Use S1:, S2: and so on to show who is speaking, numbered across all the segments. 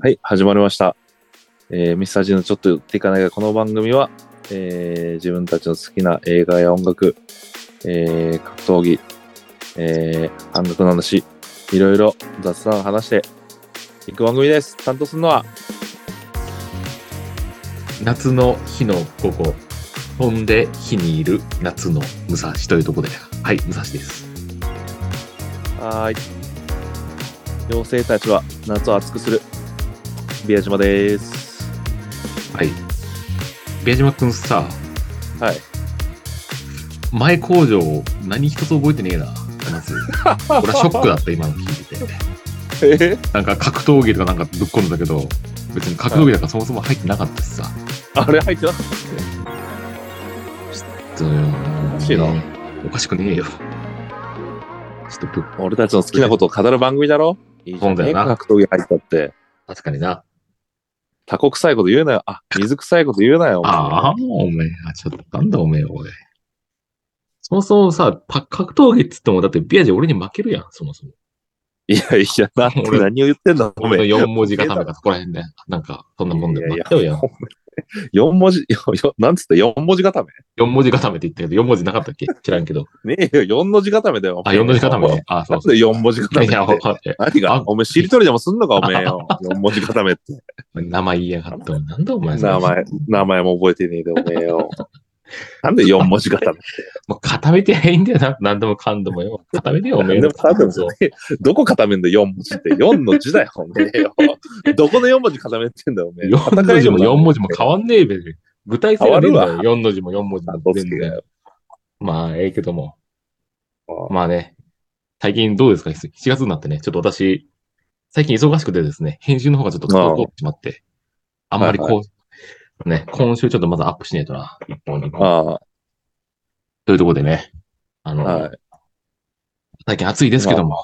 S1: はい、始まりました。えー、ミスタージのちょっと言っていかないが、この番組は、えー自分たちの好きな映画や音楽、えー格闘技、えー、音楽の話、いろいろ雑談を話していく番組です。担当するのは、
S2: 夏の日の午後飛んで火にいる夏の武蔵というところではい武蔵です
S1: はーい。妖精たちは夏を熱くする、ビア島です。
S2: はい宮島くんさ
S1: はい。
S2: 前工場何一つ覚えてねえなまず俺はショックだった今の聞いてて
S1: え
S2: なんか格闘技とかなんかぶっ込んだけど別に格闘技なんかそもそも入ってなかったしさ、
S1: あれ入ってなかっ
S2: ちょっとお
S1: しいな
S2: おかしくねえよちょっとぶった
S1: 俺たちの好きなことを語る番組だろいいじゃん
S2: そうだよな
S1: 格闘技入ったって。
S2: 確かにな
S1: タコ臭いこと言うなよ。 あ、水臭いこと言うなよ。
S2: ああ、おめえ、あちょっと、なんだおめえ、おい。そもそもさ、パ格闘技っつっても、だってビアジ俺に負けるやん、そもそも。
S1: いやいや、なんて
S2: 俺
S1: 何を言ってんだ、おめ
S2: 俺
S1: え。
S2: の4文字がダメか、そこら辺で。なんか、そんなもんで負けようやん。
S1: 4文字、 よよなんつった四文字固
S2: 4文字固めって言ったけど、4文字なかったっけ知らんけど。
S1: めねえよ、4の字固めだよ。
S2: あ、4文字固め
S1: お前
S2: ね。あ、そ
S1: なん
S2: うそう。
S1: で4文字固め
S2: い
S1: って
S2: や、わかって。
S1: 何
S2: あ
S1: がおめえ、しりとりでもすんのか、おめえよ。4文字固めって。
S2: 名前言いやがって。なんだお前、それ
S1: 名前。、名前も覚えてねえで、おめえよ。なんで4文字固め
S2: もう固めてりゃいいんだよな。何でもかんでもよ。固めてよ、おめえ
S1: で
S2: の。
S1: も多分そうどこ固めんだよ、4文字って。4の字だよ、おめえよ。どこの4文字固めってんだよ、おめえ。
S2: 4文字も4文字も
S1: わ
S2: 変わんねえべ。具体性が出んだ
S1: 変
S2: よ。4の字も4文字も全然。まあ、ええけども。まあね、最近どうですか ?7 月になってね、ちょっと私、最近忙しくてですね、編集の方がちょっと滞ってしまって、あんまりこう、ね、今週ちょっとまずアップしないとな、一本二本。
S1: あ
S2: というところでね、あ
S1: あ、
S2: の、
S1: はい。
S2: 最近暑いですけども、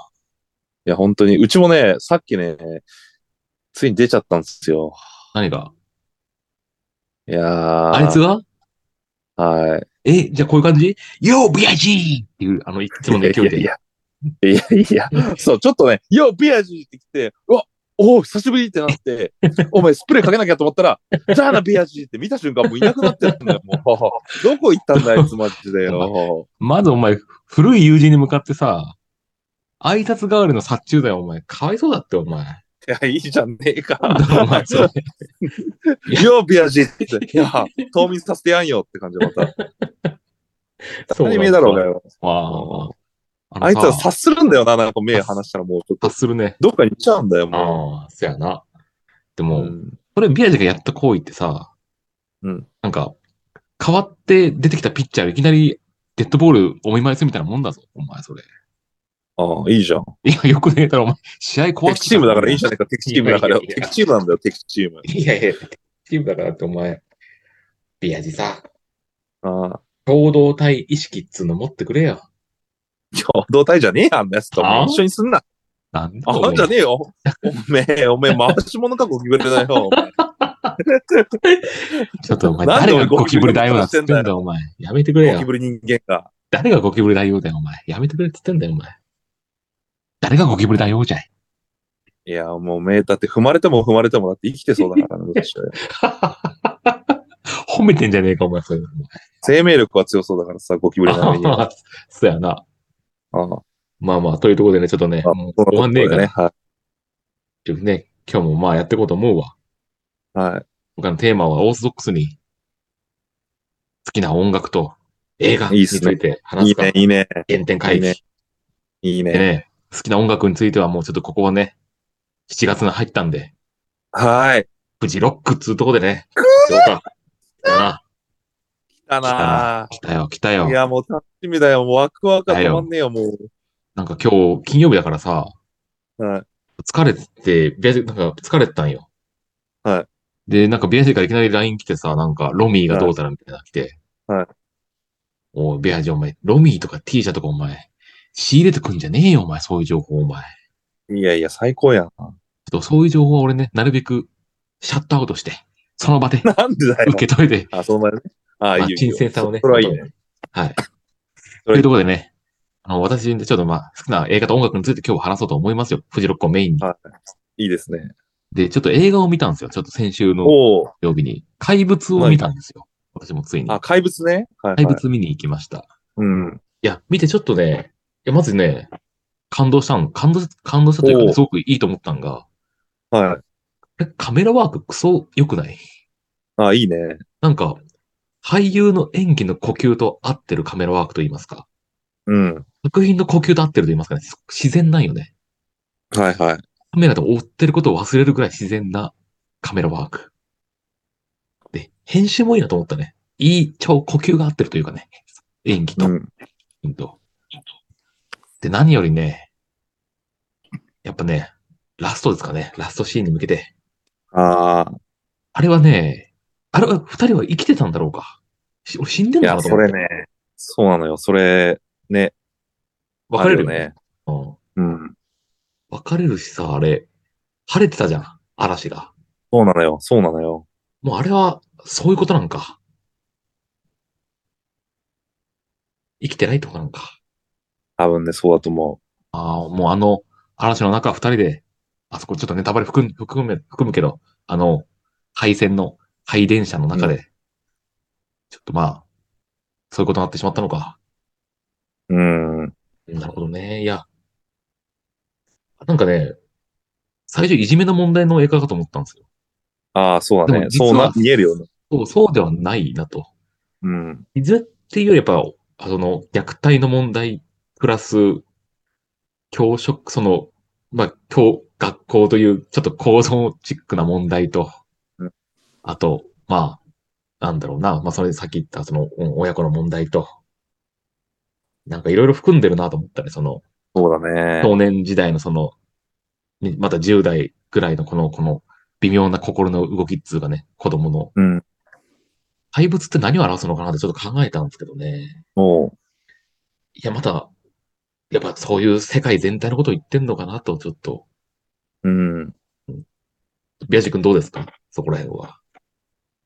S1: いや、本当に。うちもね、さっきね、ついに出ちゃったんですよ。
S2: 何が
S1: いやー。
S2: あいつは
S1: はい。
S2: え、じゃあこういう感じ ?Yo, ビアジーっていう、あの、いつもの勢いで。
S1: いやいやいや、いやそう、ちょっとね、よ、ビアジーって来て、うわ、おお、久しぶりってなって、 お前スプレーかけなきゃと思ったら、じゃあな、ビアジーって見た瞬間もういなくなってるんだよ、もう。 どこ行ったんだ、あいつマジでよ。
S2: まずお前、古い友人に向かってさ、挨拶代わりの殺虫だよ、お前。かわいそうだって、お 前。
S1: いや、いいじゃんねえ か。
S2: お前、それ。
S1: よ、ビアジーって言って、いや、冬眠させてやんよって感じでま た。
S2: そうなん
S1: 何目
S2: だ
S1: だろうがよ。
S2: わあ。
S1: あいつは
S2: さ
S1: 察するんだよな、なんか目離したらもうちょっと、
S2: 察するね。
S1: どっかに行っちゃうんだよ、もう。
S2: ああ、そやな。で
S1: う
S2: も、
S1: ん
S2: これビアジがやった行為ってさ、
S1: うん
S2: なんか、変わって出てきたピッチャーいきなりデッドボールお見舞いするみたいなもんだぞ、お前それ。
S1: ああ、いいじゃん。
S2: いや、よくねえだろ、お前。試合怖
S1: 敵チームだからいいじゃ
S2: ん。
S1: ねえか、敵チームだから。
S2: いやいやいや
S1: 敵チームなんだよ、敵チーム。
S2: いやいや、チームだからってお前。ビアジさ、
S1: ああ。
S2: 共同体意識っつうの持ってくれよ。
S1: 共同体じゃねえやんなやつと。
S2: ああ
S1: 一緒にすんな。
S2: なんだ
S1: あ
S2: お
S1: あん
S2: 前
S1: じゃねえよ。おめえ、おめえ、回し物かゴキブリだよ。
S2: ちょっとお前、
S1: なんで
S2: 誰が
S1: 俺
S2: ゴキブリ大王だっつってん
S1: ゴキブリ大王してんだ
S2: だよ、お前。やめてくれ
S1: ゴ
S2: よ
S1: キ。ブリ人間が。
S2: 誰がゴキブリ大王だよ、お前。やめてくれって言ってんだよ、お前。誰がゴキブリ大王じゃい。
S1: いや、もうおめえ、だって踏まれても踏まれてもだって生きてそう だからね、私
S2: 褒めてんじゃねえか、お前、それ。
S1: 生命力は強そうだからさ、ゴキブリ なのに。あ
S2: ああそうやな。
S1: あ、
S2: まあまあ、というところでね、ちょっとね、
S1: あ
S2: もう
S1: そんなと
S2: 終
S1: こ
S2: わんねえ
S1: ろ
S2: か
S1: でね。、
S2: ら
S1: は
S2: ちょっとね、今日もまあやっていこうと思うわ。
S1: い。はい。
S2: 他のテーマはオーソドックスに、好きな音楽と映画
S1: いい
S2: に
S1: っ
S2: つ
S1: すね
S2: いて話
S1: い
S2: す
S1: い
S2: か。
S1: ね、いいね。
S2: 原点回
S1: いいね
S2: 帰。
S1: いい
S2: で
S1: ね。
S2: ね、好きな音楽についてはもうちょっとここはね、7月に入ったんで、
S1: はい。
S2: フジロックっつうとこでね、どうか。だな
S1: だな
S2: 来たよ、来たよ
S1: ぁ。い。や、もう楽しみだよ。もうワクワクが止まんねえよ、もう。
S2: なんか今日、金曜日だからさ、
S1: はい。
S2: 疲れてて、ビアジェなんか疲れてたんよ。。
S1: はい
S2: で、なんかビアジェからいきなり LINE 来てさ、なんかロミーがどうたらみたいなの来て。
S1: はい。
S2: おい、ビアジェお前、ロミーとか T シャとかお前、仕入れてくんじゃねえよ、お前、そういう情報お前。ち
S1: いやいや、最高やん。
S2: ょっとそういう情報は俺ね、なるべくシャットアウトして、その場 で
S1: なんでだよ
S2: 受。け取れて、
S1: あ、その前ね。あ、いい
S2: ま
S1: よ。い
S2: あ
S1: いよ
S2: 新鮮さをね。
S1: それはいいね。
S2: は
S1: そ
S2: い。と
S1: れはいい
S2: いうところでね、あの、私、ちょっとまあ、好きな映画と音楽について今日は話そうと思いますよ。フジロックをメインに。
S1: はい。いいですね。
S2: で、ちょっと映画を見たんですよ。ちょっと先週の
S1: おお。
S2: 曜日に。怪物を見たんですよ。私もついに。
S1: あ、怪物ね。はい、はい。
S2: 怪。物見に行きました。
S1: うん。
S2: いや、見てちょっとね、いや、まずね、感動したの。感動、感動したというかね、
S1: おう
S2: すごくいいと思ったのが、
S1: はい。
S2: これカメラワーククソ良くない
S1: あ、いいね。
S2: なんか、俳優の演技の呼吸と合ってるカメラワークと言いますか。
S1: うん。
S2: 作品の呼吸と合ってると言いますかね。す自然なんよね。
S1: はいはい。
S2: カメラで追ってることを忘れるぐらい自然なカメラワーク。で、編集もいいなと思ったね。いい、超呼吸が合ってるというかね。演技と。
S1: うん。
S2: うんと。で、何よりね、やっぱね、ラストですかね。ラストシーンに向けて。
S1: ああ。
S2: あれはね、あれは、二人は生きてたんだろうか。し俺死んでん
S1: い
S2: のか
S1: や、
S2: なと
S1: そ
S2: 思っ
S1: れ
S2: て。
S1: ね。そうなのよ。それ、ね。
S2: 別れる
S1: あ
S2: よね。
S1: ね。
S2: うん。
S1: うん。
S2: 別れるしさ、あれ、晴れてたじゃん。嵐が。
S1: そうなのよ。そうなのよ。
S2: もうあれは、そういうことなんか。生きてないとこなんか。
S1: 多分ね、そうだと思
S2: ああ、もうあの、嵐の中二人で、あそこちょっとネタバレ含む、含む、含むけど、あの、配線の、配電車の中で、ちょっとまあ、そういうことになってしまったのか。
S1: う。うん。
S2: なるほどね。いや。なんかね、最初いじめの問題の映画かと思ったんですよ。
S1: ああ、そうだ
S2: で
S1: ね
S2: も。実
S1: そう
S2: は
S1: な、見えるよね。
S2: そう、そうではないなと。
S1: うん。
S2: いじめっていうよりやっぱ、あその、虐待の問題、プラス、教職、その、まあ、教、学校という、ちょっと構造チックな問題と
S1: うん、
S2: あと、まあ、なんだろうな、まあ、それでさっき言った、その、うん親子の問題と、なんかいろいろ含んでるなと思ったね、その、
S1: そうだね。
S2: 少年時代のその、ねまた10代ぐらいのこの、この、微妙な心の動きっつうかね、子供の、
S1: うん。
S2: 怪物って何を表すのかなってちょっと考えたんですけどね。
S1: もう、
S2: いや、また、やっぱそういう世界全体のことを言ってんのかなと、ちょっと。
S1: うん。
S2: ビアジ君どうですかそこら辺は。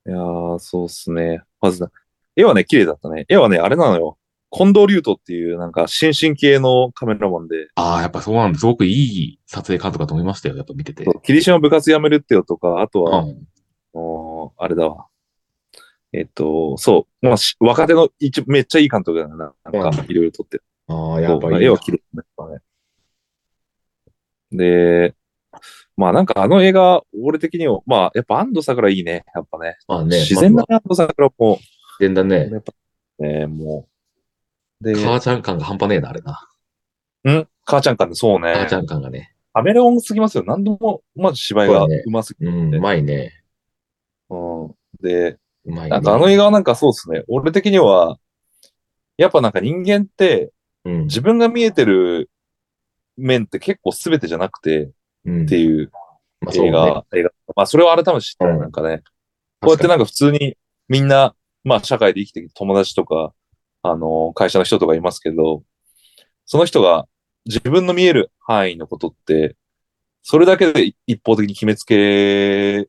S1: いやー、そうっすね。まず、絵はね、綺麗だったね。絵はね、あれなのよ。近藤竜斗っていう、なんか、新進系のカメラマンで、
S2: ああ、やっぱそうなんです。すごくいい撮影監督だと思いましたよ。やっぱ見てて。
S1: そう霧島部活やめるってよとか、あと
S2: う
S1: は、
S2: ん。
S1: あのーあれだわ。えっと、そう、まあ、し若手の一、めっちゃいい監督だな。なんか、いろいろ撮ってる。
S2: ああ、
S1: そ
S2: や
S1: う
S2: っ
S1: ま
S2: ぱ
S1: あ
S2: いい
S1: 絵
S2: な
S1: は綺麗だったね。で、まあなんかあの映画、俺的にも、まあやっぱ安藤桜いいね。やっぱね。
S2: まあね、
S1: 自然な
S2: まずは
S1: 安藤桜も、
S2: 自然だね。
S1: やっぱ、ね、もう。で、
S2: 母ちゃん感が半端ねえな、あれな。
S1: うん母ちゃんかね、そうね。
S2: 母ちゃん感がね。
S1: カメレオンすぎますよ。何度も、まず芝居がうますぎ
S2: う
S1: て。
S2: ん、うまいね。
S1: うん。で、
S2: うまいね。
S1: なんかあの映画はなんかそうですね。俺的には、やっぱなんか人間って、
S2: うん。
S1: 自分が見えてる面って結構全てじゃなくて、
S2: 分
S1: っていう
S2: まあそう
S1: 映
S2: ね
S1: 画、映画。まあそれを改めて知ったら
S2: うん
S1: なんかね、こうやってなんか普通にみんな、まあ社会で生きてきて友達とか、あの、会社の人とかいますけど、その人が自分の見える範囲のことって、それだけで一方的に決めつけ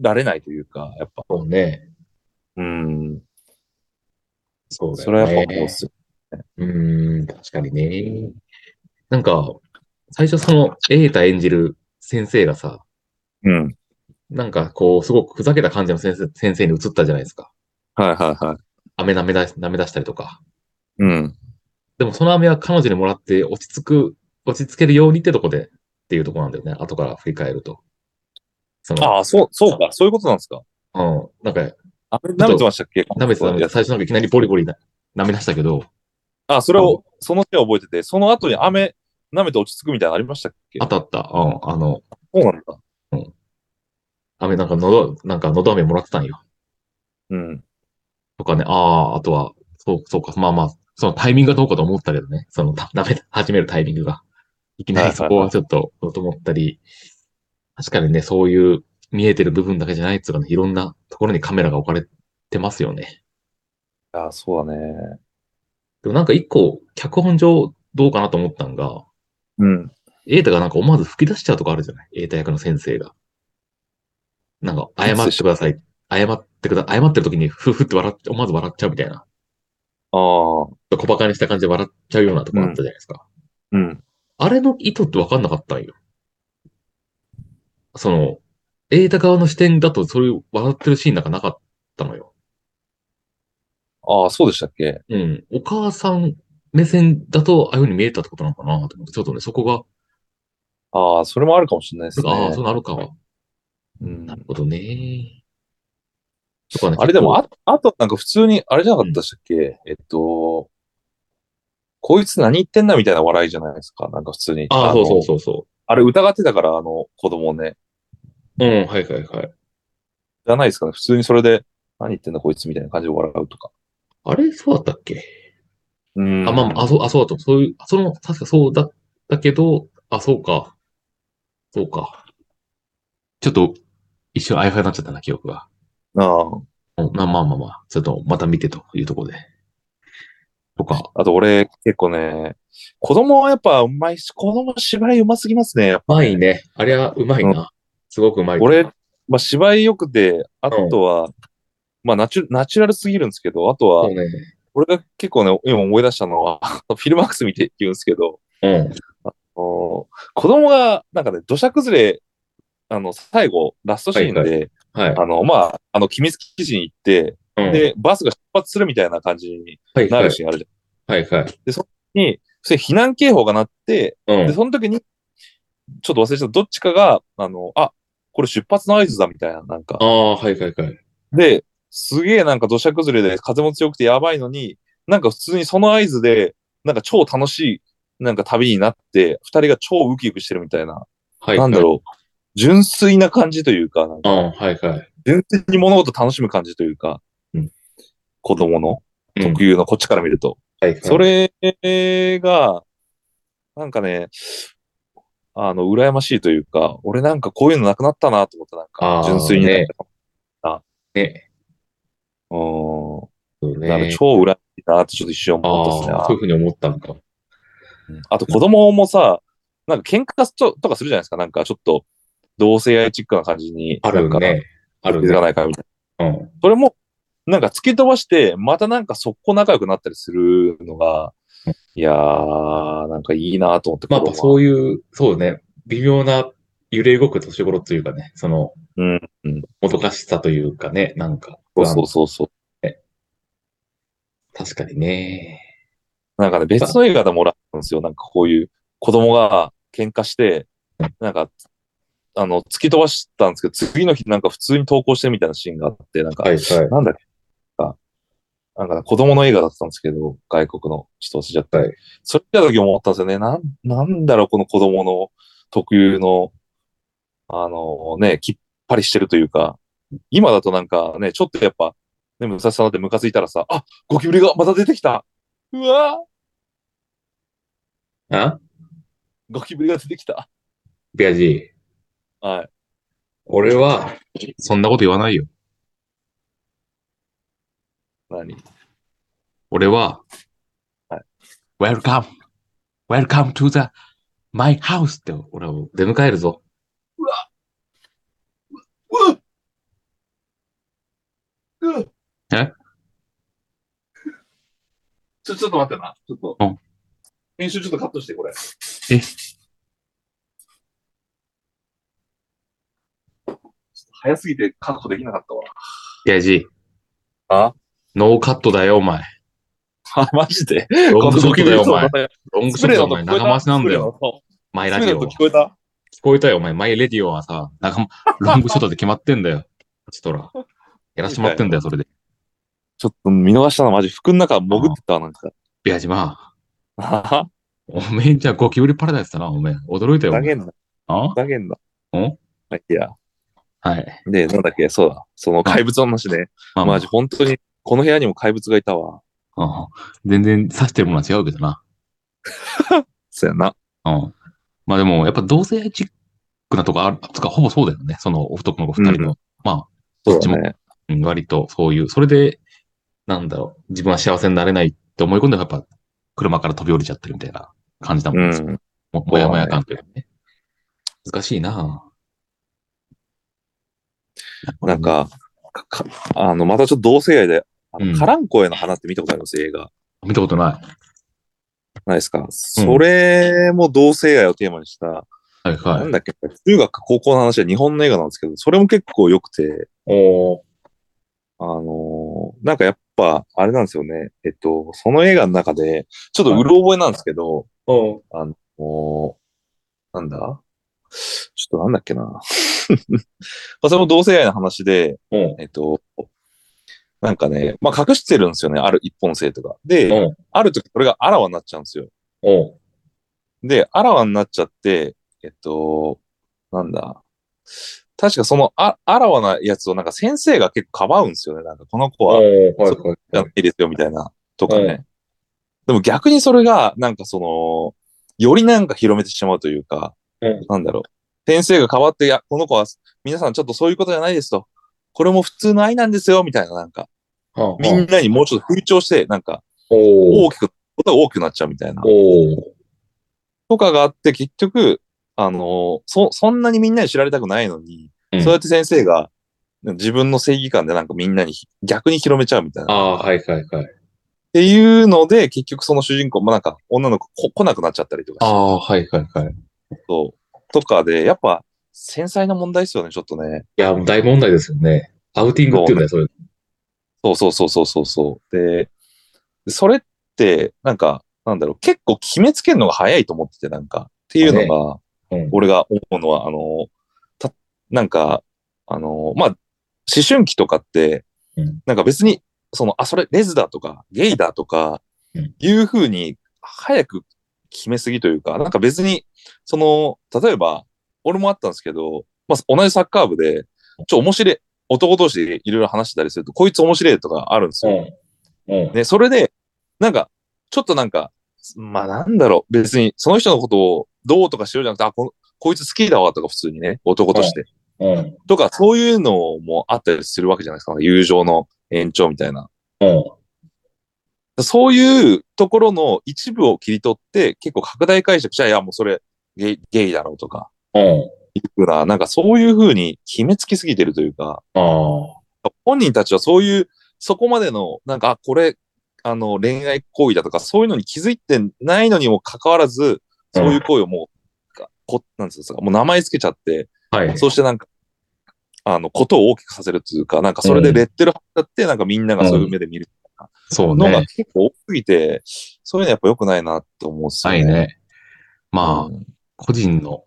S1: られないというか、やっぱ。
S2: そうね。
S1: うん。
S2: そうだ
S1: そ
S2: よ
S1: れ
S2: ね
S1: はやっぱこうっすよ。
S2: うーん、確かにね。なんか、最初その、瑛太演じる先生がさ、
S1: うん。
S2: なんかこう、すごくふざけた感じの先生先生に移ったじゃないですか。
S1: はいはいはい。
S2: 飴舐めだ、舐め出したりとか。
S1: うん。
S2: でもその飴は彼女にもらって落ち着く、落ち着けるようにってとこで、っていうとこなんだよね。後から振り返ると。その、
S1: ああ、そう、そうか。そういうことなんですか。
S2: うん。なんか、
S1: あ、舐めてましたっけ
S2: 舐めてた舐めてた最初なんかいきなりボリボリな舐め出したけど、
S1: あ、それを、その手を覚えてて、その後に雨、舐めて落ち着くみたいなのありましたっけ
S2: あったあった。うん。あの、
S1: そうなんだ。
S2: 飴なんか喉、なんか喉飴もらってたんよ。
S1: うん。
S2: とかね、ああ、あとは、そう、そうか、まあまあ、そのタイミングがどうかと思ったけどね、その、た舐め始めるタイミングが。いきなりそこはちょっと、と思ったり、確かにね、そういう見えてる部分だけじゃないっつうかね、いろんなところにカメラが置かれてますよね。
S1: あ、そうだね。
S2: でもなんか一個、脚本上どうかなと思ったのが、
S1: うん。
S2: 瑛太がなんか思わず吹き出しちゃうとかあるじゃない瑛太役の先生が。なんか、謝ってください。謝ってくだ、謝ってる時に、ふふって笑って、思わず笑っちゃうみたいな。
S1: ああ。
S2: 小馬鹿にした感じで笑っちゃうようなとこあったじゃないですか。
S1: うん。
S2: あれの意図って分かんなかったんよ。その、映画側の視点だと、それ笑ってるシーンなんかなかったのよ。
S1: ああ、そうでしたっけ
S2: うん。お母さん目線だと、ああいう風に見えたってことなのかなと思って、ちょっとね、そこが、
S1: ああ、それもあるかもしれないですね。
S2: ああ、そうなるか。
S1: うん
S2: なるほどね。とかね
S1: あれでも、
S2: 結
S1: ああとなんか普通に、あれじゃなかったでしたっけ、えっと、こいつ何言ってんだみたいな笑いじゃないですか。なんか普通に。
S2: 構ああ、そ
S1: の
S2: うそうそうそ
S1: あれ疑ってたから、あの、子供をね。
S2: う。うん、はいはいはい。
S1: じゃないですかね。普通にそれで、何言ってんだこいつみたいな感じで笑うとか。
S2: あれ、そうだったっけ
S1: うん
S2: あ、まあまあ、あ、そう、あ、そうだと、そういう、その、確かそうだったけど、あ、そうか。そうか。ちょっと、一瞬あやふやになっちゃったな、記憶が。
S1: ああ。
S2: うんまあまあまあまあ、ちょっとまた見てというところで。とか。
S1: あと俺、結構ね、子供はやっぱうまいし、子供芝居うますぎますね。
S2: うまいね。あれはうまいな。すごくうまい。
S1: 俺、まあ芝居良くて、あとは、まあナチュナチュラルすぎるんですけど、あとは
S2: そう、ね。
S1: 俺が結構ね、今思い出したのは、 あのフィルマックス見て言うんですけど、
S2: うん。
S1: あの子供が、なんかね、土砂崩れ、あの、最後、ラストシーンで、
S2: はいはい。
S1: あの、まあ、あの、君付基地に行って、
S2: うん、
S1: で、バスが出発するみたいな感じに
S2: はい
S1: な
S2: は
S1: る
S2: い。
S1: シーンあるじ
S2: はいはい。
S1: ゃん。に、それ避難警報が鳴って、
S2: う
S1: で、
S2: ん。
S1: その時に、ちょっと忘れちゃった、どっちかが、あの、あ、これ出発の合図だ、みたいな、なんか
S2: あ。あ、はいはいはい。
S1: で、すげえなんか土砂崩れで風も強くてやばいのに、なんか普通にその合図で、なんか超楽しい、なんか旅になって、二人が超ウキウキしてるみたいな、
S2: はい。
S1: なんだろう、純粋な感じというか、なんか
S2: う。うん、はいはい。
S1: 純粋に物事楽しむ感じというか、
S2: うん
S1: 子供の
S2: うん
S1: 特有のこっちから見ると。
S2: はいはい
S1: それが、なんかね、あの、羨ましいというか、俺なんかこういうのなくなったなと思って、なん
S2: あ
S1: か
S2: ー、
S1: 純粋にな
S2: ね
S1: った。
S2: ね。
S1: うん。
S2: そう
S1: だから
S2: ね。
S1: 超羨ましいなってちょっと一瞬思ったっすね。
S2: ああ、そういうふうに思ったんか。
S1: うんあと子供もさ、なんか喧嘩ととかするじゃないですか。なんかちょっと同性愛チックな感じに。
S2: ある
S1: なんか
S2: ね。ある
S1: 気づか
S2: ね。
S1: ないかみたいな。
S2: うん。
S1: それも、なんか突き飛ばして、またなんか速攻仲良くなったりするのが、いやー、なんかいいなと思って。
S2: まあ、やっぱそう
S1: いう。
S2: いう、そうね、微妙な揺れ動く年頃というかね、その、
S1: うん。
S2: もどかしさというかね、なんか、
S1: そうそうそうそう。
S2: 確かにね。
S1: なんかね、別の映画でもらったんですよ。なんかこういう子供が喧嘩して、なんか、あの、突き飛ばしたんですけど、次の日なんか普通に投稿してるみたいなシーンがあって、なんか、
S2: はいはい。
S1: なんだっけあなんか子供の映画だったんですけど、外国の、ちょっと忘れちゃった。
S2: はい
S1: それ見た時思ったんですよね。なん、なんだろう、この子供の特有の、あのね、きっぱりしてるというか、今だとなんかね、ちょっとやっぱ、ね、武蔵さんだってムカついたらさ、あ、ゴキブリがまた出てきたうわ
S2: あ
S1: ーゴキブリが出てきた
S2: ビアジー、
S1: はい。
S2: 俺は、そんなこと言わないよ。
S1: 何
S2: 俺は、
S1: はい
S2: Welcome! Welcome to the my house! って俺を出迎えるぞ。
S1: うわ
S2: え
S1: ちょ、ちょっと待ってな。ちょっと。
S2: うん
S1: 編集ちょっとカットして、これ。
S2: え
S1: ちょっと早すぎてカットできなかったわ。
S2: ビアジー。
S1: あ
S2: ノーカットだよ、お前。
S1: あ、マジで
S2: ロングショットだよ、お前。
S1: ロ
S2: ロングショットだよ、お前。長回しなんだよ。。マイ
S1: ス
S2: ラ
S1: プ
S2: ジ
S1: レー
S2: オ
S1: の音。聞こえた
S2: 聞こえたよ、お前。マイレディオはさ、なんか、ロングショットで決まってんだよ。ちょっとほら。やらしてもらってんだよ、それで。
S1: ちょっと見逃したのマジ、服の中潜ってたわなんか。
S2: ビアジマ、
S1: あは
S2: おめえじゃゴキブリパラダイスだな、おめえ。驚いたよ。お
S1: だげ
S2: 前
S1: んな、
S2: あ
S1: だげんな。
S2: ん
S1: まあいや。
S2: はい。
S1: で、なんだっけ、そうだ。その怪物の話ね。
S2: まあま
S1: マ
S2: あ
S1: ジ、本当に、この部屋にも怪物がいたわ。
S2: うん全然刺してるものは違うけどな。
S1: そうやな。
S2: うん。まあでも、やっぱ同性愛チックなとこある、つか、ほぼそうだよね。その男の子二人の。まあ、
S1: そ
S2: ど
S1: う
S2: っちも
S1: だね。
S2: うん割とそういう、それで、なんだろう、自分は幸せになれないって思い込んで、やっぱ、車から飛び降りちゃってるみたいな感じだも
S1: うん
S2: ね。
S1: ん。
S2: ももやもや感というかね。難しいなぁ
S1: なん、か、かかあの、またちょっと同性愛で、あ
S2: うん
S1: のカランコエの花って見たことあります、映画。
S2: 見たことない。
S1: ないですか、それも同性愛をテーマにした、
S2: はい
S1: な
S2: は
S1: ん
S2: い。
S1: だっけ、中学か高校の話は日本の映画なんですけど、それも結構良くて、
S2: おー。
S1: あのーなんかやっぱ、あれなんですよね。えっと、その映画の中で、ちょっとうる覚えなんですけど、
S2: おー
S1: あのーなんだちょっとなんだっけな。ま あそれも同性愛の話で、
S2: お
S1: えっと、なんかね、まあ隠してるんですよね、ある一本性とか。で、
S2: お
S1: ある時これがあらわになっちゃうんですよ。
S2: お
S1: で、あらわになっちゃって、えっと、なんだ。確かそのあ、あらわなやつをなんか先生が結構かばうんですよね。なんかこの子
S2: お
S1: は
S2: はい
S1: は
S2: はい。
S1: じゃないですよみたいな、とか
S2: う
S1: ね。でも逆にそれが、なんかその、よりなんか広めてしまうというか、
S2: うん
S1: なんだろう。先生が変わって、いや、この子は、皆さんちょっとそういうことじゃないですと。これも普通の愛なんですよ、みたいな、なんか、みんなにもうちょっと風潮して、なんか、
S2: お
S1: 大
S2: ー
S1: きく、ことが大きくなっちゃうみたいな。
S2: おー
S1: とかがあって、結局、あの、そ、そんなにみんなに知られたくないのに、
S2: うん
S1: そうやって先生が、自分の正義感でなんかみんなに逆に広めちゃうみたいな。
S2: ああー、はいはいはい。
S1: っていうので、結局その主人公もなんか女の子こ来なくなっちゃったりとか
S2: あ
S1: し
S2: あ、はいはいはい。い
S1: て、そうとかで、やっぱ繊細な問題ですよね、ちょっとね。
S2: や、もう大問題ですよね。アウティングっていうんだよ、それ。
S1: そうそうそうそうそうそう。で、それって、なんか、なんだろう、結構決めつけるのが早いと思ってて、なんか、っていうのが、
S2: うん
S1: 俺が思うのは、あの、た、なんか、あの、まあ、思春期とかって
S2: うん、
S1: なんか別に、その、あ、それレズだとか、ゲイだとか
S2: うん、
S1: いうふうに、早く決めすぎというか、なんか別に、その、例えば、俺もあったんですけど、まあ、同じサッカー部で、ちょ、面白い、男同士でいろいろ話したりすると、こいつ面白いとかあるんですよ。
S2: うん。うん。
S1: ね、それで、なんか、ちょっとなんか、まあなんだろう、別に、その人のことをどうとかしようじゃなくて、あ、ここいつ好きだわとか普通にね、男として。
S2: うん。
S1: とか、そういうのもあったりするわけじゃないですか、友情の延長みたいな。
S2: うん。
S1: そういうところの一部を切り取って、結構拡大解釈したら、いや、もうそれゲイ、ゲイだろうとか、
S2: うん。
S1: いうふうな、なんかそういうふうに決めつきすぎてるというか、
S2: ああ。
S1: 本人たちはそういう、そこまでの、なんか、あこれ、あの、恋愛行為だとか、そういうのに気づいてないのにもかかわらず、そういう行為をもう、かこなんつうんですか、もう名前つけちゃって、
S2: はい。
S1: そうしてなんか、あの、ことを大きくさせるっていうか、なんかそれでレッテル貼っちゃって、なんかみんながそういう目で見る
S2: そう
S1: のが
S2: ね。
S1: 結構多すぎて、そういうのやっぱ良くないなって思うんですよ
S2: は
S1: ね。
S2: いね。まあ
S1: う、ん
S2: 個人の、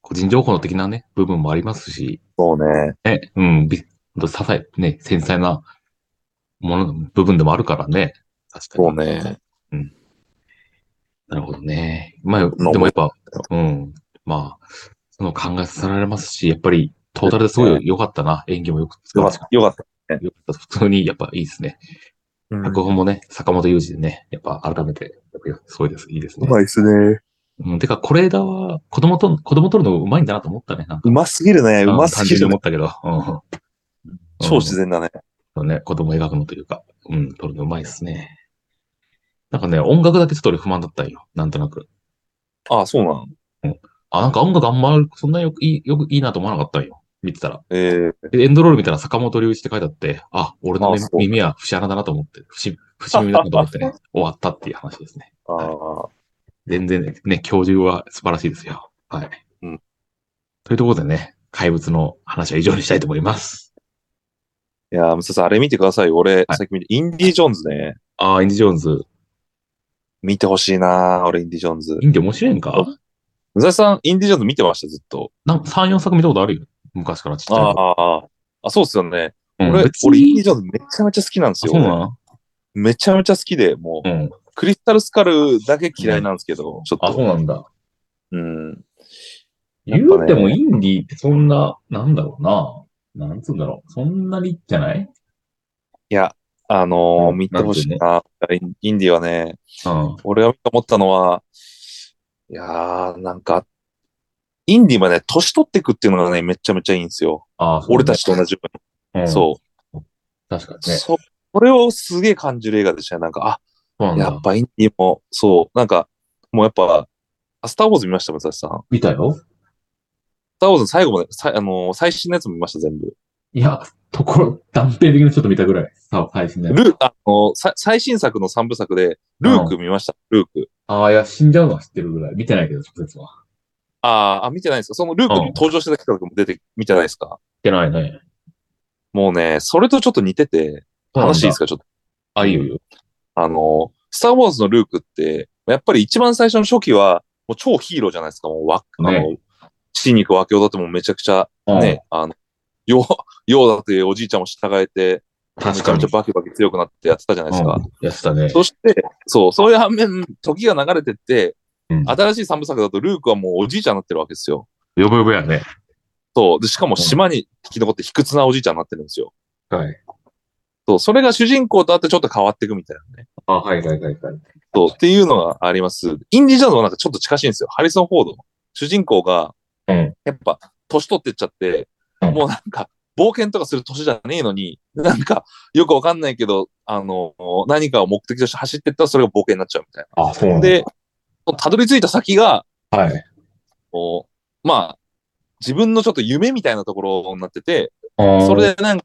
S2: 個人情報の的なね、部分もありますし、
S1: そうね。
S2: ね、うん、びほんと些細、ね、繊細なものの部分でもあるからね。確かに。
S1: そうね。
S2: なるほどね。まあ、
S1: まあ
S2: でもやっぱ、うん。まあ、その考えさせられますし、やっぱり、トータルですごい良かったな。演技もよく
S1: よかった。よかった。
S2: 良かった。普通に、やっぱいいですね。脚本もね、坂本雄二でね、やっぱ改めて、やっぱすごいです。いいですね。
S1: いですね。
S2: うん、てか、これ枝は、子供と、子供とるのうまいんだなと思ったね。なんか
S1: うますぎるね。うます
S2: 単
S1: ぎ
S2: 純に
S1: る
S2: 思
S1: ね。
S2: ったけど。うん
S1: 超自然だね。
S2: そうね、子供描くのというか、うん、撮るのうまいっすね。なんかね、音楽だけちょっと俺不満だったんよ。なんとなく。
S1: ああ、そうなの
S2: あ、なんか音楽あんま、そんなよくいい、よくいいなと思わなかったんよ。見てたら。
S1: ええ
S2: でエンドロール見たら坂本龍一って書いてあって、あ、俺の
S1: あ
S2: 耳
S1: そう
S2: 耳は節穴だなと思って、節、節耳だなと思っ てね、終わったっていう話ですね。
S1: ああ。
S2: 全然ね、教授は素晴らしいですよ。はい。
S1: うん
S2: というところでね、怪物の話は以上にしたいと思います。
S1: いやー、ムサさん、あれ見てください。俺、
S2: はい
S1: さっき見て、インディ・ジョーンズね。
S2: ああ、インディ・ジョーンズ。
S1: 見てほしいなー俺、インディ・ジョーンズ
S2: イ。ンディ面白いんか
S1: ムサさん、インディ・ジョーンズ見てました、ずっと。
S2: なんか3、4作見たことあるよ。昔からちっちゃい頃。
S1: ああ。あ、そうっすよね。
S2: うん
S1: 俺、
S2: 別に
S1: 俺、インディ・ジョーンズめちゃめちゃ好きなんです
S2: あ
S1: よ。
S2: そうな
S1: 俺めちゃめちゃ好きで、もう、
S2: のうん。
S1: クリスタル・スカルだけ嫌いなんですけど、ちょっと。
S2: あ、そうなんだ。
S1: うん。やっ
S2: 言
S1: ぱ
S2: う
S1: ね
S2: てもインディってそんな、なんだろうな。なんつうんだろう。そんなにじゃない
S1: いや、あのー
S2: うん
S1: 見てほしいなインインディはね、
S2: うん。
S1: 俺が見て思ったのは、いやー、なんか、インディはね、年取ってくっていうのがね、めちゃめちゃいいんですよ。
S2: ああ、そうね
S1: 俺たちと同じように。
S2: うん
S1: そう。
S2: 確かにね。そ
S1: そそれをすげえ感じる映画でしたね。なんか、
S2: うな
S1: あ、
S2: んだ。
S1: やっぱインディも、そう、なんか、もうやっぱ、あスター・ウォーズ見ました、武蔵さん。ス
S2: 見たよ。
S1: ター・ウォーズの最後まで、さいあのー最新のやつも見ました、全部。
S2: いや、ところ、断片的にちょっと見たぐらい。さあ、配信で。
S1: ルー、あ、のさ最新作の3部作で、ルーク見ました、ルーク。
S2: ああ、いや、死んじゃうのは知ってるぐらい。見てないけど、直接は。
S1: あーあ、見てないですかそのルーク
S2: うん
S1: に登場してた人とかも出て、見てないですか
S2: 見てないね。
S1: もうね、それとちょっと似てて、話いいです
S2: か
S1: かちょっと。
S2: あ、いいよいいよ。
S1: あの、スター・ウォーズのルークって、やっぱり一番最初の初期は、もう超ヒーローじゃないですか。もうわ、あの、血肉分けだってもうめちゃくちゃ
S2: うん
S1: ね、。あの、よう、ようだっておじいちゃんも従えて、
S2: 確かに
S1: めちゃめちゃバキバキ強くなってやってたじゃないですか。
S2: うんやってたね。
S1: そして、そう、そういう反面、時が流れてって、
S2: うん
S1: 新しい三部作だとルークはもうおじいちゃんになってるわけですよ。
S2: よぼよぼやね。
S1: そう。で、しかも島に生き残って卑屈なおじいちゃんになってるんですよ。
S2: はい。
S1: そう。それが主人公とあってちょっと変わっていくみたいなね。
S2: あ、はいはいはいはい。
S1: そう。っていうのがあります。インディ・ジャーンズもなんかちょっと近しいんですよ。ハリソン・フォード。主人公が、
S2: うん
S1: やっぱ、年取ってっちゃって、
S2: うん
S1: もうなんか、冒険とかする年じゃねえのに、なんか、よくわかんないけど、あの、何かを目的として走ってったらそれが冒険になっちゃうみたい
S2: あ、そうな
S1: な。
S2: んだ。
S1: で、たどり着いた先が、
S2: はい。
S1: こう、まあ、自分のちょっと夢みたいなところになってて、
S2: そ
S1: それでなんか、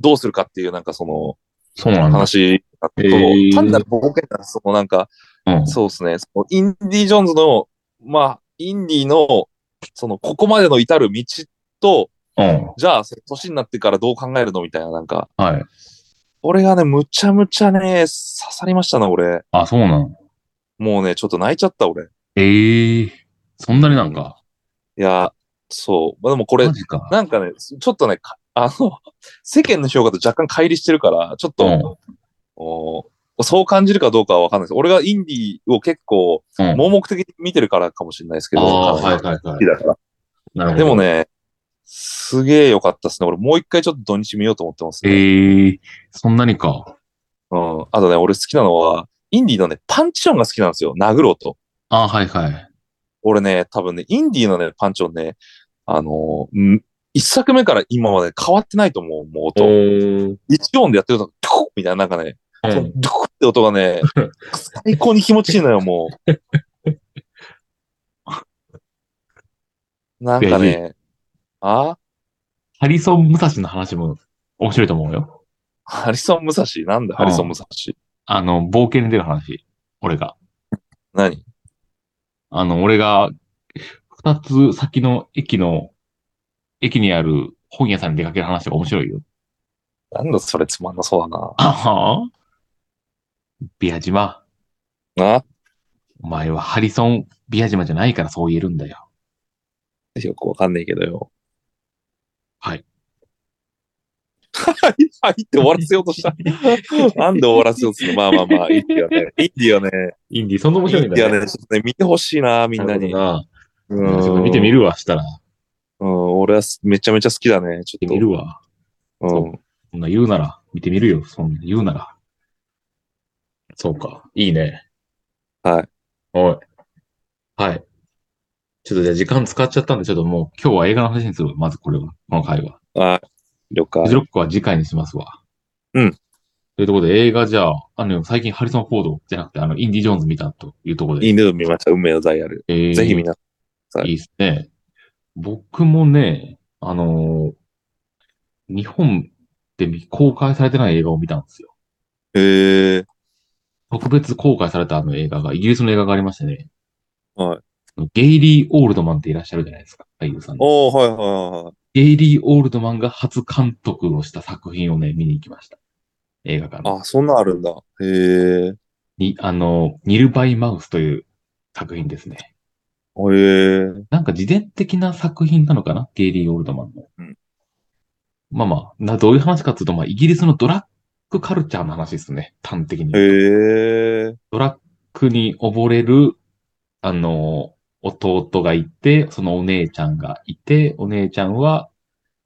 S1: どうするかっていうなんかその
S2: そうなんだ。
S1: 話だと、
S2: へー
S1: 単なる冒険なんですそのなんか、
S2: うん
S1: そうですね、そのインディ・ジョーンズの、まあ、インディの、その、ここまでの至る道と、
S2: うん。
S1: じゃあ、その年になってからどう考えるのみたいな、なんか、
S2: はい。
S1: 俺がね、むちゃむちゃね、刺さりましたな、俺。
S2: あ、そうなん。
S1: もうね、ちょっと泣いちゃった、俺。い
S2: ええ。そんなになんか。
S1: や、そう。まあ、でもこれ
S2: マ、ジか。
S1: なんかね、ちょっとね、か あの、世間の評価と若干乖離してるから、ちょっと、
S2: うん
S1: おそう感じるかどうかはわかんないです。俺がインディーを結構、
S2: うん
S1: 盲目的に見てるからかもしれないですけ
S2: あ
S1: ど、
S2: あ、はい
S1: 好
S2: はいは
S1: きだから。
S2: い。なるほど。
S1: でも、ね、すげえ良かったですね。俺もう一回ちょっと土日見ようと思ってますね。
S2: ええ、そんなにか。
S1: うん。あとね、俺好きなのは、インディーのね、パンチ音が好きなんですよ。殴ろうと。
S2: あ、はいはい。
S1: 俺ね、多分ね、インディーのね、パンチ音ね、あのーうん一作目から今まで変わってないと思う、もう音。
S2: ー。
S1: 一音でやってると、ドコッみたいな、なんかね、そのドコッって音が ね、最高に気持ちいいのよ、もう。なんか
S2: いや
S1: ね、あ
S2: ハリソン・武蔵の話も面白いと思うよ。
S1: ハリソン・ムサシなんだ、ハリソン・ムサシ
S2: あの、冒険に出る話。俺が。
S1: 何
S2: あの、俺が、二つ先の駅の、駅にある本屋さんに出かける話が面白いよ。
S1: なんだ、それつまんなそうだな。
S2: あはビア島。
S1: な
S2: お前はハリソン・ビア島じゃないからそう言えるんだよ。
S1: よくわかんないけどよ。
S2: はい。
S1: はい、はいって終わらせようと した。なんで終わらせようとするまあまあまあ、インディはね、インディはね、
S2: インディ、そんな面白い
S1: イ
S2: ん
S1: ンディ
S2: だ
S1: はね、
S2: ね。
S1: ちょっとね、見てほしいな、みんなに。
S2: なるほどな。ちょっ
S1: う
S2: と
S1: ん
S2: 見てみるわ、したら。見
S1: うん、俺はすめちゃめちゃ好きだね。ちょ
S2: て
S1: っと。
S2: みるわ。
S1: うん。
S2: そんな言うなら、見てみるよ。そんな言うなら。そうか。いいね。
S1: はい。
S2: おい。はい。ちょっとじゃあ時間使っちゃったんで、ちょっともう今日は映画の話にするわ。まずこれは。この回は。
S1: はい。了
S2: フジ
S1: 解。
S2: ロックは次回にしますわ。
S1: うん。
S2: というところで映画じゃあ、あの、最近ハリソン・フォードじゃなくて、あの、インディ・ジョーンズ見たというところで。
S1: 犬を見ました。運命のダイヤル。
S2: えー
S1: ぜひ皆さ
S2: いいですね。僕もね、あのー日本で未公開されてない映画を見たんですよ。
S1: ん。へえ。
S2: 特別公開されたあの映画が、イギリスの映画がありましてね。
S1: はい
S2: ゲイリー・オールドマンっていらっしゃるじゃないですか、俳優さんの。
S1: おー、はいはいはいはい。
S2: ゲイリー・オールドマンが初監督をした作品をね、見に行きました。映画館に。
S1: あ、そんなんあるんだ。へえ。
S2: に、あの、ニルバイマウスという作品ですね。
S1: へえ。
S2: なんか自伝的な作品なのかなゲイリー・オールドマンの。
S1: うん
S2: まあまあ、な、どういう話かっていうと、まあ、イギリスのドラッグカルチャーの話ですね。端的に。
S1: へえ。
S2: ドラッグに溺れる、あの、弟がいて、そのお姉ちゃんがいて、お姉ちゃんは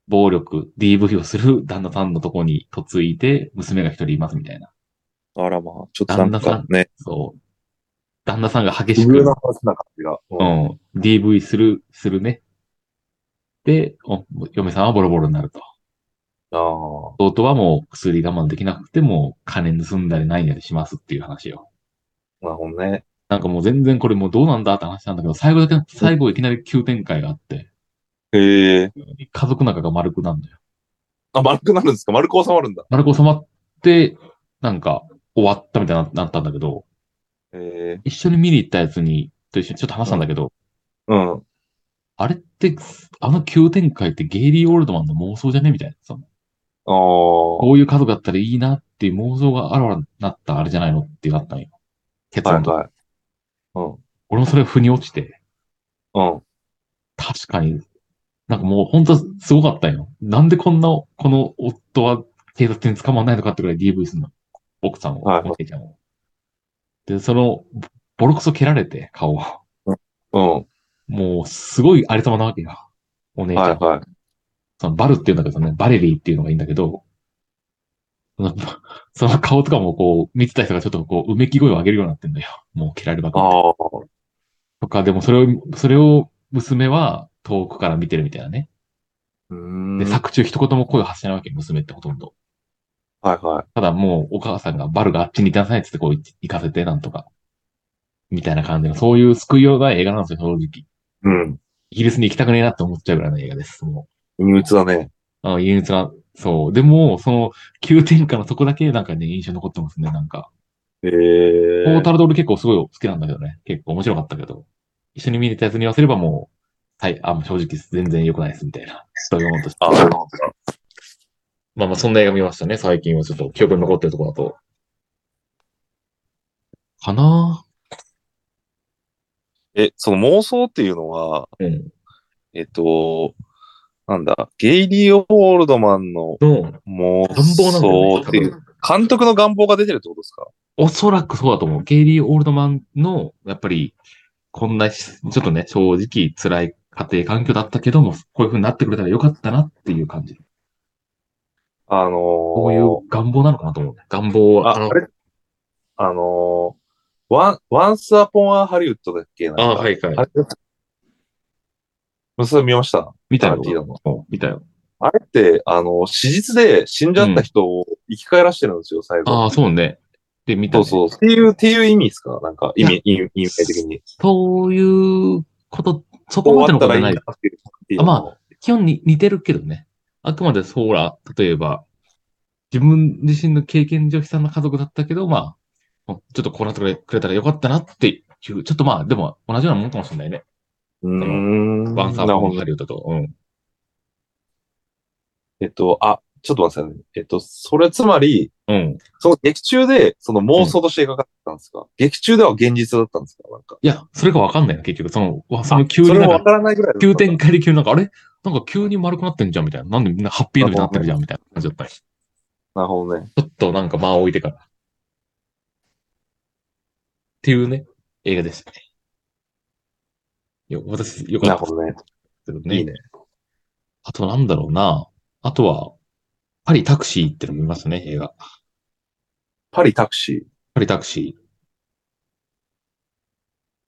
S2: 暴力、DV をする旦那さんのとこに嫁いで、娘が一人いますみたいな。
S1: あらまあ、ちょっとなん
S2: 旦那さ
S1: かね。
S2: そう。旦那さんが激
S1: 不
S2: しく。
S1: 話な感じが。
S2: うん。DV する、するね。で、お嫁さんはボロボロになると。
S1: あ
S2: 弟はもう薬我慢できなくても、金盗んだりなんやりしますっていう話よ。
S1: あ。なるほどね。
S2: なんかもう全然これもうどうなんだって話なんだけど、最後だけ、最後いきなり急展開があって、
S1: へえ。
S2: 家族仲が丸くなるんだよ。
S1: あ、丸くなるんですか丸く収まるんだ。
S2: 丸く収まって、なんか、終わったみたいになったんだけど、
S1: え
S2: 一緒に見に行ったやつに、と一緒にちょっと話したんだけど、
S1: うん。
S2: あれって、あの急展開ってゲイリー・オールドマンの妄想じゃねみたいな。その
S1: ああ。
S2: こういう家族だったらいいなっていう妄想があらわになったあれじゃないのってなったんよ。結
S1: は
S2: 論
S1: い
S2: と。
S1: はい。うん。
S2: 俺もそれが腑に落ちて、
S1: うん。
S2: 確かに、なんかもう本当すごかったんよ。なんでこんな、この夫は警察に捕まらないのかってくらい DV するの。奥さんを、
S1: はいはい
S2: おじいちゃんを。で、その、ボロクソ蹴られて、顔を。
S1: うん。
S2: もう、すごいありさまなわけよ。お姉ちゃん。
S1: はいはい。
S2: そのバルって言うんだけどね、バレリーっていうのがいいんだけど、その その顔とかもこう、見てた人がちょっとこう、うめき声を上げるようになってんだよ。もう蹴られるばかり
S1: ああ。
S2: とか、でもそれを、それを娘は遠くから見てるみたいなね。
S1: うーん。
S2: で、作中一言も声を発しないわけ、娘ってほとんど。
S1: はいはい。
S2: ただもうお母さんがバルがあっちに行きなさいってってこう行かせて、なんとか。みたいな感じの、そういう救いようがない映画なんですよ、正直。イ
S1: うん。
S2: ギリスに行きたくねえなって思っちゃうぐらいの映画です。もう
S1: 憂鬱だね。
S2: あの、憂鬱な、そう。でも、その、急転下のとこだけ、なんかね、印象に残ってますね、なんか。
S1: ええ
S2: ポータルドール結構すごい好きなんだけどね。結構面白かったけど。一緒に見に行ったやつに言わせればもう、はい、あ、もう正直全然良くないです、みたいな。そういうものとして。
S1: ああ。
S2: まあまあ、そんな映画見ましたね、最近はちょっと記憶に残ってるところだと。かな
S1: え、その妄想っていうのは、
S2: うん。
S1: えっと、なんだ、ゲイリー・オールドマンの
S2: の、
S1: 妄
S2: 願望なんだよ
S1: 想っ
S2: ね
S1: ていう、監督の願望が出てるってことですか
S2: おそらくそうだと思う。ゲイリー・オールドマンの、やっぱり、こんなし、ちょっとね、正直辛い家庭環境だったけども、こういう風になってくれたらよかったなっていう感じ。
S1: あのー、
S2: こういう願望なのかなと思う。願望は、
S1: あ
S2: の
S1: あれあのー、ワン、ワンスアポンアハリウッドだっけなんか
S2: あはいはい
S1: あれそれ見ました。
S2: 見たよ
S1: タランティーノ。
S2: そう見たよ。
S1: あれって、あの、史実で死んじゃった人を生き返らしてるんですよ、最後。
S2: ああ、そうね。で、見た、
S1: そ
S2: ね。
S1: うそう。っていう、っていう意味ですかなんか、意味、意味、意味的に。
S2: そういうこと、そこまでのことはない。
S1: っていうっていう
S2: あま基本に似てるけどね。あくまでそうら、例えば、自分自身の経験上悲惨な家族だったけど、まあ、ちょっとこうなってくれくれたらよかったなっていう、ちょっとまあ、でも同じようなもんかもしれないね。
S1: うーん。
S2: ワンサー
S1: な
S2: ポ
S1: るほ
S2: ン
S1: ど
S2: ハリウッドと。うん。
S1: えっと、あ、ちょっと待ってくださいね。えっと、それつまり、
S2: うん。
S1: その劇中で、その妄想として描かれてたんですか、劇中では現実だったんですかなんか。
S2: いや、それがわかんないな、結局。その、わその急
S1: そ
S2: に
S1: れ
S2: な
S1: も
S2: ん
S1: わ
S2: か、
S1: からないぐらいだった
S2: 急展開で急になんか、あれなんか急に丸くなってんじゃんみたいな。なんでみんなハッピーエンドになってるじゃんみたいな感じだったり。ち
S1: なるほどね。
S2: ょっとなんか間を置いてから。っていうね、映画でしたね。よ、私、よか
S1: な
S2: った
S1: る
S2: です
S1: ほどね。
S2: けどね。
S1: いいね。
S2: あとなんだろうな。あとは、パリタクシーってのも見ましたね、映画。
S1: パリタクシ
S2: パリタクシー。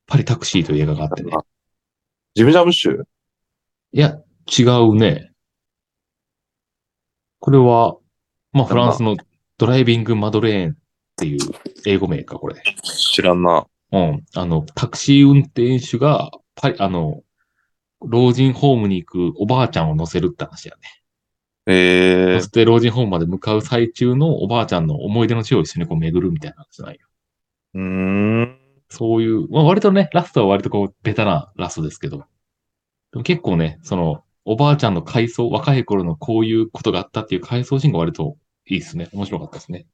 S2: パリタクシーという映画があっ
S1: ー。
S2: てね
S1: なん。かジム・ジャムッシュ
S2: いや、違うね。これは、まあ、フランスのドライビングマドレーンっていう英語名か、これ。
S1: 知らんな。
S2: うん。あの、タクシー運転手が、パリ、あの、老人ホームに行くおばあちゃんを乗せるって話やね。
S1: ええ
S2: そして老人ホームまで向かう最中のおばあちゃんの思い出の地を一緒にこう巡るみたいな話なんよ。
S1: うーん。
S2: そういう、まあ割とね、ラストは割とこう、ベタなラストですけど。でも結構ね、その、おばあちゃんの回想、若い頃のこういうことがあったっていう回想シーンが割といいですね。面白かったですね。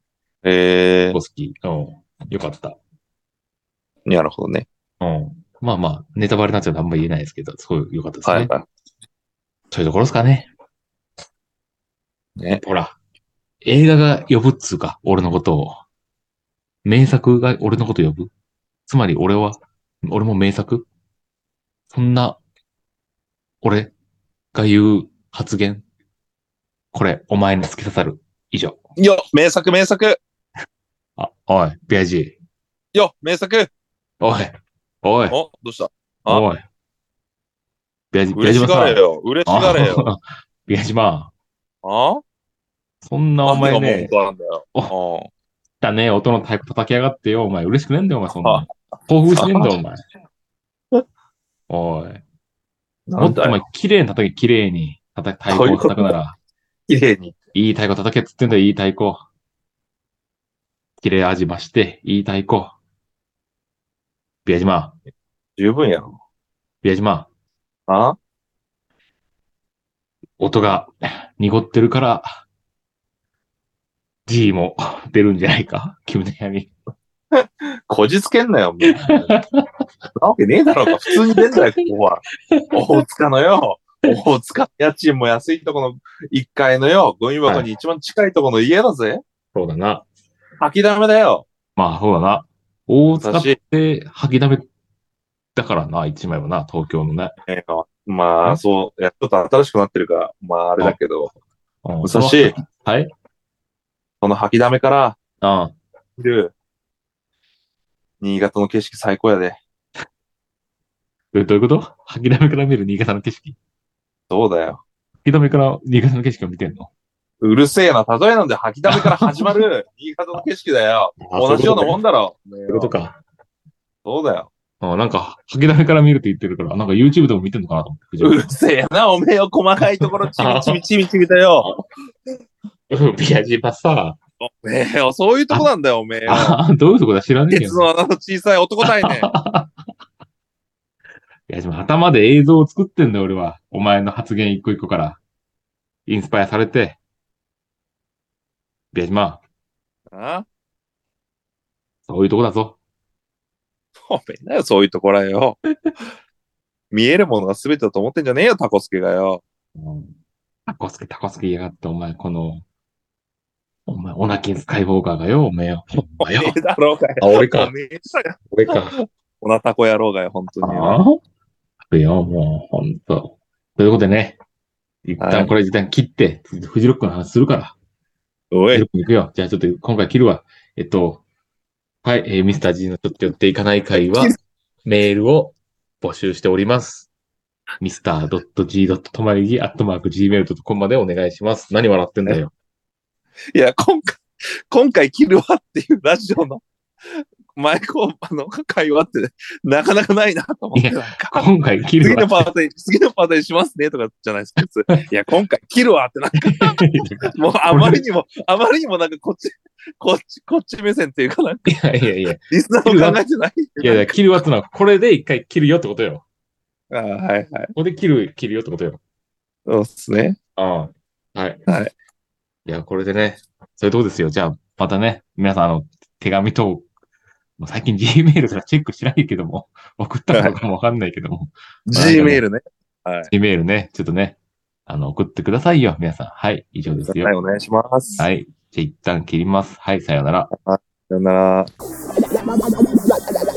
S1: ええ
S2: 結構好き。うん。よかった。
S1: なるほどね。
S2: うん。まあまあ、ネタバレになっちゃうとあんま言えないですけど、すごい良かったですね。
S1: はいは
S2: そういうところですかね。
S1: い。ね。
S2: ほら、映画が呼ぶっつうか、俺のことを。名作が俺のこと呼ぶ。つまり俺は、俺も名作そんな、俺が言う発言。これ、お前に突き刺さる。以上。
S1: よ名作名作
S2: あ、おい、ビアジー。
S1: よ名作
S2: おい、おい、
S1: おどうしたあ
S2: おい。ビアジ、ビア
S1: 嬉
S2: ジ
S1: し
S2: マ
S1: が
S2: さ
S1: れ
S2: ん。
S1: よ嬉しがれよ
S2: あ ビアジマ、
S1: あ
S2: そんな
S1: あ
S2: お前ね、
S1: なんだよ。
S2: お
S1: うん
S2: だね、音の太鼓叩き上がってよ、お前。嬉しくねえんだよ、お前、そん
S1: あ
S2: な。興奮してねえんだよ、お前。おい。もっとお前、綺麗に叩け、綺麗に。叩く、太鼓を叩くなら。
S1: 綺麗に。
S2: いい太鼓叩けっつってんだよ、いい太鼓。切れ味増して、いい太鼓。ビア島、
S1: 十分やろ。
S2: ビア島、
S1: あ
S2: 音が濁ってるから、G も出るんじゃないか キムタヤに。
S1: こじつけんなよ、もうなわけねえだろうが、普通に出んだよ、ここは。大塚のよ。大塚、家賃も安いとこの1階のよ、ゴミ箱に一番近いとこの家だぜ。
S2: そうだな。
S1: 吐きだめだよ。
S2: まあ、そうだな。大塚って吐きだめだからな、一枚はな、東京のね。
S1: えーまあ、そう、いや、ちょっと新しくなってるから、まあ、あれだけど、
S2: うん
S1: 武蔵、そ
S2: はい
S1: の吐きだめから
S2: あ
S1: 見る、新潟の景色最高やで。
S2: どどういうこと吐きだめから見る新潟の景色。
S1: そうだよ。
S2: 吐きだめから新潟の景色を見てんの
S1: うるせえな、例えなんで吐きだめから始ま る新潟の景色だよ。同じようなもん
S2: だ。
S1: だろ。
S2: そういうことか。
S1: そうだよ。
S2: うんなんか、吐きだめから見るって言ってるから、なんか YouTube でも見てんのかなと思って藤
S1: う
S2: 原
S1: るせえな、おめえよ、細かいところ、ちびちびちびちびだよ。
S2: 君。ビアジパさ、
S1: おめえよ、そういうとこなんだよ、おめえよ。
S2: あどういうとこだ知らねえけ
S1: 鉄
S2: ど。
S1: の穴の小さい男だいね。
S2: いや、でも頭で映像を作ってんだよ、俺は。お前の発言一個一個から。インスパイアされて。ビアジマ、
S1: あ
S2: そういうとこだぞ。
S1: おめえだよ、そういうところよ。見えるものが全てだと思ってんじゃねえよ、タコスケがよ。
S2: うんタコスケ、タコスケ言いやがって、お前、この、お前、オナキンスカイウォーカーがよ、お前よ。お前よ
S1: ええだろうがよ。
S2: あ、俺
S1: お
S2: か、
S1: めえさが、
S2: 俺か。
S1: おなたこ野郎がよ、本当によ。
S2: ああよ、もう、ほんと。ということでね、一
S1: は
S2: 旦
S1: い
S2: これ時間切って、フジロックの話するから。
S1: お
S2: フ
S1: い
S2: ジロッ、クに行くよ。じゃあちょっと今回切るわ。えっと、はい、えーミスター G のちょっと寄っていかない会は、メールを募集しております。mr.g.tomarigi.gmail.com までお願いします。何笑ってんだよ。
S1: いや、今回、今回切るわっていうラジオの前後あの会話って、なかなかないなと思って。
S2: いや 今回切
S1: 次
S2: る
S1: の
S2: わ。
S1: パートに、次のパートにしますねとかじゃないですか 普通。いや、今回切るわってなんか、もうあまりにも、あまりにもなんかこっち、こっち、こっち目線っていうかなんか、
S2: いやいやいや。い
S1: リスナーを考えてない。
S2: やいや、切るわってのは、これで一回切るよってことよ。
S1: あーはいはい。
S2: ここで切る、切るよってことよ。
S1: そうですね。
S2: ああ。はい。
S1: はい。
S2: いや、これでね、そういうとこですよ。じゃあ、またね、皆さん、あの、手紙と、もう最近 Gmail すらチェックしないけども、 送ったのかもわかんないけども、
S1: G メールね。
S2: Gmail ね、ちょっとね、あの、送ってくださいよ、皆さん。はい、以上です
S1: はい、
S2: よ。
S1: お願いします。
S2: はい。じゃあ、一旦切ります。はい、さようなら。
S1: さよなら。
S3: Bye.